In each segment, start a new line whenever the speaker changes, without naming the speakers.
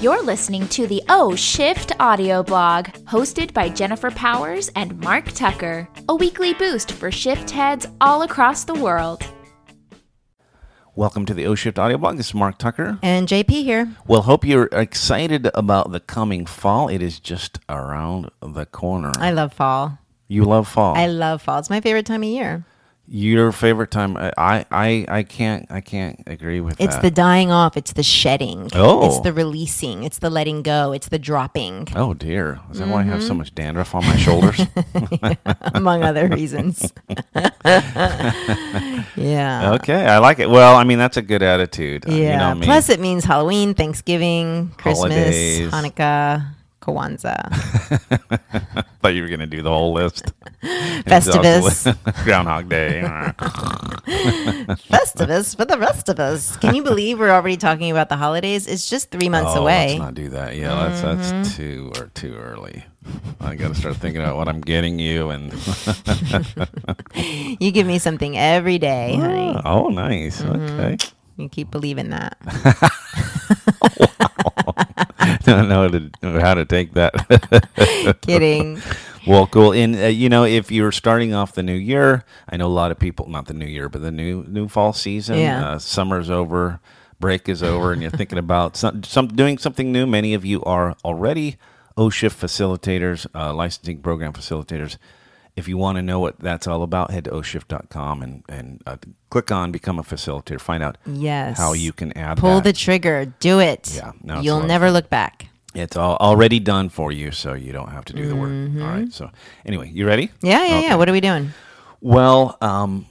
You're listening to the O Shift audio blog, hosted by Jennifer Powers and Mark Tucker, a weekly boost for shift heads all across the world.
Welcome to the O Shift Audio Blog. This is Mark Tucker.
And JP here.
Well, hope you're excited about the coming fall. It is just around the corner.
I love fall.
you love fall.
I love fall. It's my favorite time of year.
Your favorite time? I, I, I, I can't, I can't agree with
It's
that.
the dying off, it's the shedding.
Oh.
It's the releasing, it's the letting go, it's the dropping,
oh dear, is that why I have
Mm-hmm.
so much dandruff on my shoulders?
among other reasons. yeah.
okay, I like it. Well, I mean that's a good attitude. Uh, you know
yeah.
me.
Plus, it means Halloween, Thanksgiving, Christmas,
Holidays.
Hanukkah, Kwanzaa,
thought you were gonna do the whole list.
Festivus.
Groundhog Day.
Festivus for the rest of us. Can you believe we're already talking about the holidays? It's just three months
Oh,
away.
Let's
Mm-hmm.
not do that. Yeah, that's that's too or too early. I got to start thinking about what I'm getting you and.
You give me something every day, honey.
oh, nice.
Mm-hmm.
Okay.
You keep believing that.
Don't know how to, how to take that.
Kidding.
well, cool. And uh, you know, if you're starting off the new year, I know a lot of people. Not the new year, but the new new fall season.
Yeah.
Uh, summer's over. Break is over, and you're thinking about some, some doing something new. Many of you are already OSHA facilitators, uh, licensing program facilitators. If you want to know what that's all about, head to oshift.com and and uh, click on become a facilitator. Find out
Yes.
how you can add
Pull
that.
the trigger. Do it.
Yeah, no, it's a lot
You'll
of
never look back.
It's all already done for you, so you don't have to do the
Mm-hmm.
work. All right. So anyway, you ready?
Yeah, yeah, yeah. What are we doing?
Well, um,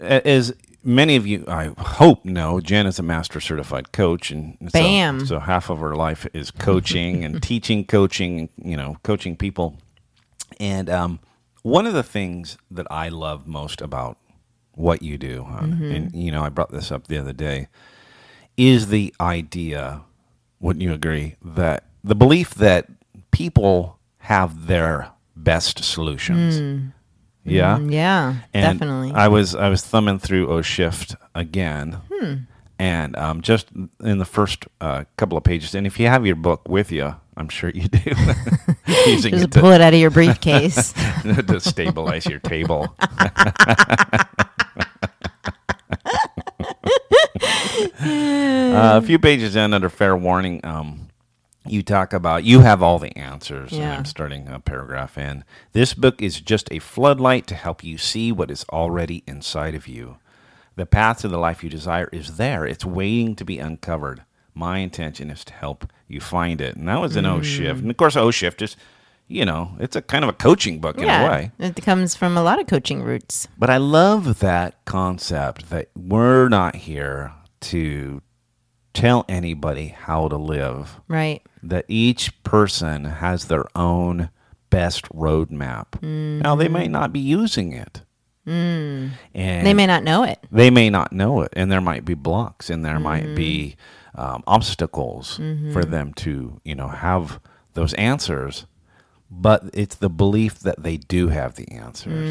a- as many of you, I hope know, Jen is a master certified coach, and so-
Bam.
so half of her life is coaching and teaching, coaching, you know, coaching people. And um, one of the things that I love most about what you do, hon, and you know, I brought this up the other day, is the idea. Wouldn't you agree that the belief that people have their best solutions? Yeah,
Mm-hmm. Yeah,
and
definitely.
I was I was thumbing through O Shift again,
Hmm.
and um, just in the first uh, couple of pages. And if you have your book with you, I'm sure you do. Using
Just
it to,
pull it out of your briefcase.
to stabilize your table. uh, a few pages in under fair warning, um, you talk about you have all the answers. And
Yeah.
I'm starting a paragraph in. This book is just a floodlight to help you see what is already inside of you. The path to the life you desire is there. It's waiting to be uncovered. My intention is to help you find it. And that was an O shift. And of course, O shift is, you know, it's a kind of a coaching book in a way.
yeah, it comes from a lot of coaching roots.
But I love that concept that we're not here to tell anybody how to live,
Right.
that each person has their own best roadmap. Now, they may not be using it. And
Mm-hmm. Mm. They may not know it.
they may not know it and there might be blocks and there might be um, obstacles for them to you know have those answers but it's the belief that they do have the answers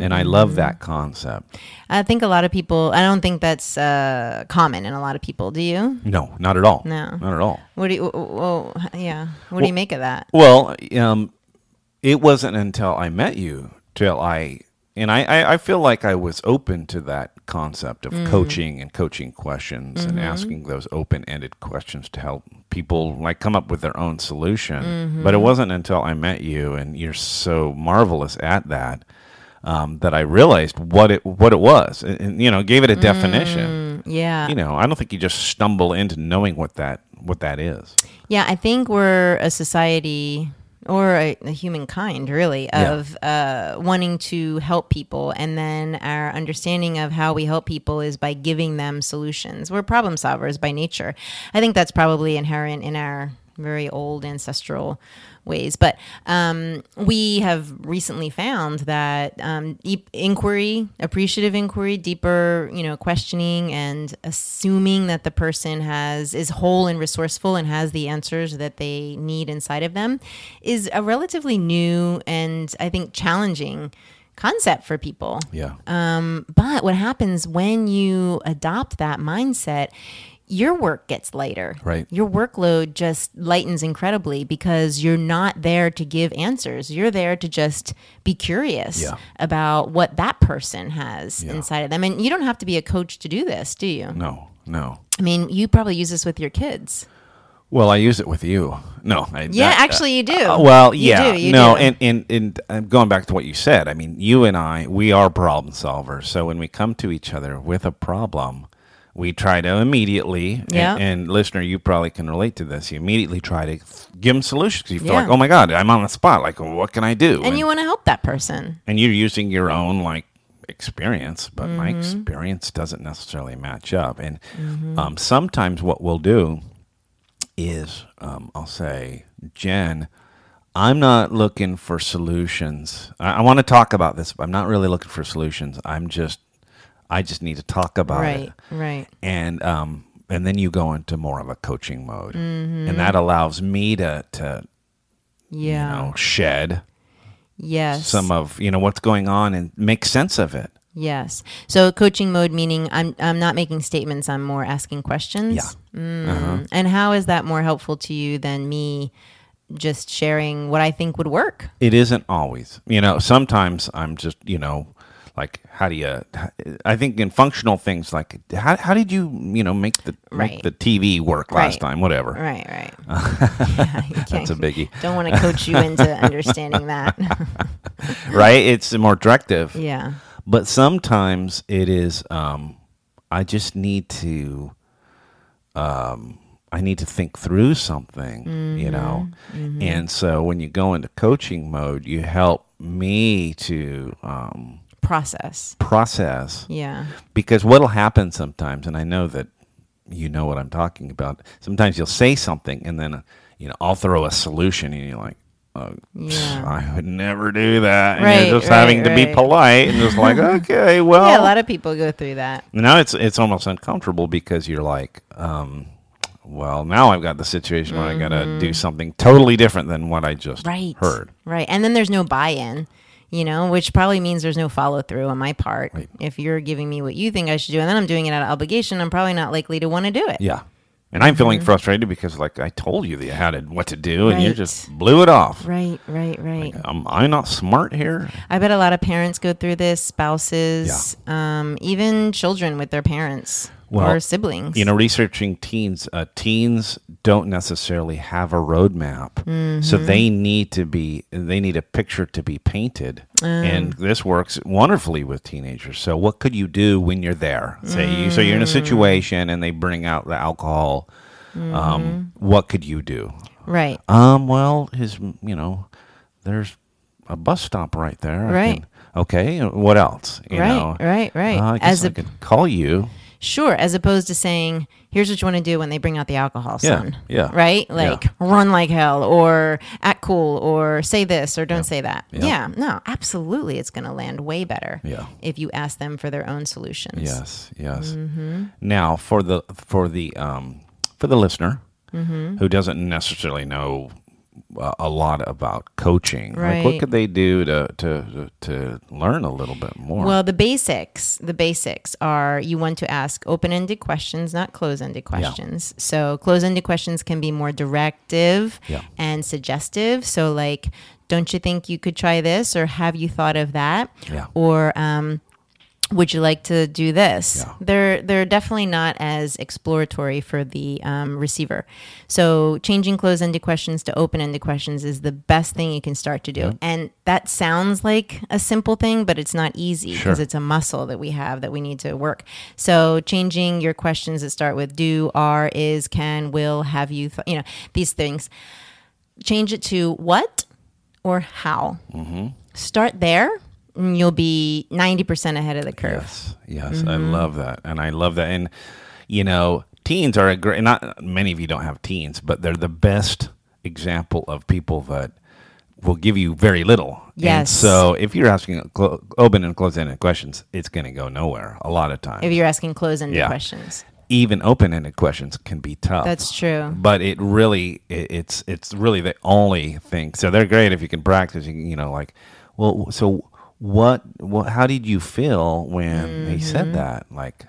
and i love that concept
I think a lot of people. I don't think that's uh, common in a lot of people. Do you?
no not at all
No.
not at all
What do you? Well, yeah. What do you make of that?
Well, um, it wasn't until I met you till I and I, I, I feel like I was open to that concept of coaching and coaching questions and asking those open ended questions to help people like come up with their own solution. But it wasn't until I met you and you're so marvelous at that um, that I realized what it what it was and, and you know gave it a definition.
Yeah.
You know, I don't think you just stumble into knowing what that what that is.
Yeah, I think we're a society or a, a humankind really
Yeah.
of uh, wanting to help people and then our understanding of how we help people is by giving them solutions we're problem solvers by nature i think that's probably inherent in our very old ancestral ways but um, we have recently found that um, deep inquiry appreciative inquiry deeper you know questioning and assuming that the person has is whole and resourceful and has the answers that they need inside of them is a relatively new and i think challenging concept for people
Yeah.
um, but what happens when you adopt that mindset? your work gets lighter.
Right.
Your workload just lightens incredibly because you're not there to give answers. You're there to just be curious
Yeah.
about what that person has
Yeah.
inside of them. And you don't have to be a coach to do this, do you?
No, no.
I mean, you probably use this with your kids.
Well, I use it with you. No, I,
Yeah,
that-
actually, you do.
Uh, well,
You
yeah,
do, you
no,
do.
and and and um, going back to what you said, I mean, you and I, we are problem solvers. So when we come to each other with a problem, we try to immediately.
Yeah.
And, and listener, you probably can relate to this. You immediately try to f- give them solutions. 'cause You feel
Yeah.
like, oh my god, I'm on the spot. Like, what can I do?
and you want to help that person.
and you're using your own like experience, but my
Mm-hmm.
experience doesn't necessarily match up. And um, sometimes what we'll do is um, I'll say, Jen, I'm not looking for solutions. I, I want to talk about this, but I'm not really looking for solutions. I'm just, I just need to talk about
Right,
it
right.
and um and then you go into more of a coaching mode
Mm-hmm.
and that allows me to to you
Yeah.
know shed
yes.
some of you know what's going on and make sense of it
Yes. So coaching mode meaning I'm I'm not making statements, I'm more asking questions.
Yeah. Uh-huh.
Mm. And how is that more helpful to you than me just sharing what I think would work?
it isn't always you know sometimes i'm just you know like how do you i think in functional things like how, how did you you know make the
Right.
make the tv work last
Right.
time whatever
Right, right. Yeah, you
that's a
can't-
biggie
Don't want to coach you into understanding that.
right it's more directive
yeah.
but sometimes it is um i just need to um i need to think through something you know
Mm-hmm.
and so when you go into coaching mode you help me to um
Process.
process
Yeah.
because what'll happen sometimes and i know that you know what i'm talking about sometimes you'll say something and then uh, you know i'll throw a solution and you're like oh, pff,
Yeah.
i would never do that and
Right,
you're just
right,
having to be
right.
polite and just like okay well
Yeah, a lot of people go through that.
now it's it's almost uncomfortable because you're like, um, well, now I've got the situation where I got to do something totally different than what I just
Mm-hmm. Right.
heard.
Right. And then there's no buy in, you know, which probably means there's no follow through on my part.
Right.
If you're giving me what you think I should do and then I'm doing it out of obligation, I'm probably not likely to want to do it.
Yeah, and I'm feeling frustrated because like I told you that how to what to do, and you
Mm-hmm. Right.
just blew it off.
Right, right, right.
Am I not smart here?
I bet a lot of parents go through this, spouses, um, even children with their parents
Well,
or siblings.
You know, researching teens, uh, teens don't necessarily have a roadmap, so
Mm-hmm.
they need to be they need a picture to be painted, and
Um.
this works wonderfully with teenagers. So, what could you do when you're there? Say you, so you're in a
Mm.
situation and they bring out the alcohol. Um,
Mm-hmm.
what could you do?
Right.
Um, well, his you know, there's a bus stop right there. I
Right.
can- okay. What else? You
Right,
know?
right, right.
Uh, I guess
As
As I
a-
could call you.
Sure. As opposed to saying, here's what you want to do when they bring out the alcohol,
Yeah,
son.
yeah,
Right?
yeah.
Like run like hell or act cool or say this or don't say that.
yeah.
Yeah. No, absolutely. It's going to land way better
Yeah.
if you ask them for their own solutions.
Yes, yes.
Mm-hmm.
Now for the for the um, for the listener
Mm-hmm.
who doesn't necessarily know uh, a lot about coaching, like
Right.
what could they do to to to learn a little bit more?
Well, the basics, the basics are you want to ask open-ended questions, not closed-ended questions. So, closed-ended questions can be more directive
Yeah.
and suggestive. So, like, don't you think you could try this, or have you thought of that,
Yeah.
or um, would you like to do this?
Yeah.
They're they're definitely not as exploratory for the um, receiver. So changing closed-ended questions to open-ended questions is the best thing you can start to do. And that sounds like a simple thing, but it's not easy because
Sure.
it's a muscle that we have that we need to work. So changing your questions that start with do, are, is, can, will, have you, th- you know, these things. Change it to what or how.
Mm-hmm.
Start there. And you'll be 90% ahead of the curve.
Yes, yes, I
mm-hmm.
love that, and I love that, and you know, teens are a great. Not many of you don't have teens, but they're the best example of people that will give you very little. And
Yes.
so if you're asking clo- open and closed-ended questions, it's going to go nowhere a lot of times.
if you're asking closed-ended
Yeah.
questions.
even open-ended questions can be tough.
That's true.
But it really, it, it's it's really the only thing. So they're great if you can practice. You, can, you know, like, well,
Mm-hmm.
so what? What? How did you feel when they said that? Like,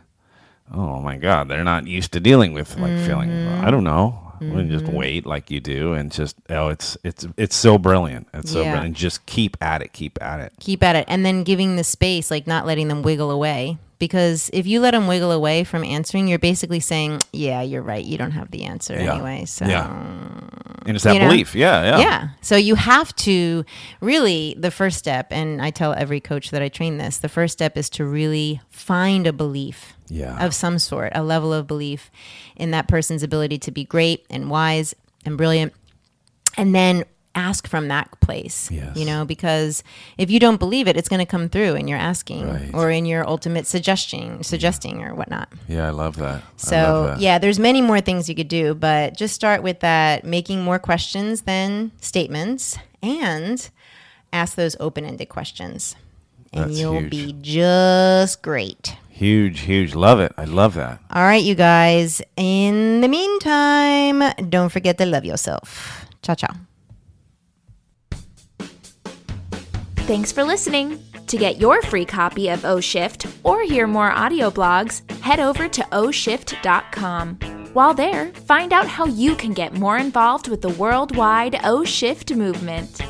oh my god they're not used to dealing with like feeling i don't know we just
Mm-hmm.
wait like you do and just oh it's it's it's so brilliant it's so
Yeah.
brilliant just keep at it keep at it
keep at it and then giving the space like not letting them wiggle away because if you let them wiggle away from answering you're basically saying yeah you're right you don't have the answer
Yeah.
anyway so
yeah and it's that
you know?
belief yeah yeah
yeah. So you have to really, the first step, and I tell every coach that I train this, the first step is to really find a belief
Yeah.
of some sort, a level of belief in that person's ability to be great and wise and brilliant. And then ask from that place,
Yes.
you know, because if you don't believe it, it's going to come through in your asking
Right.
or in your ultimate suggesting, suggesting or whatnot.
Yeah, I love that. I love
So
that.
yeah, there's many more things you could do, but just start with that making more questions than statements and ask those open-ended questions. And
That's
you'll
huge.
be just great.
huge, huge. Love it. I love that.
All right, you guys. In the meantime, don't forget to love yourself. Ciao ciao.
Thanks for listening. To get your free copy of O Shift or hear more audio blogs, head over to oshift.com. While there, find out how you can get more involved with the worldwide O Shift movement.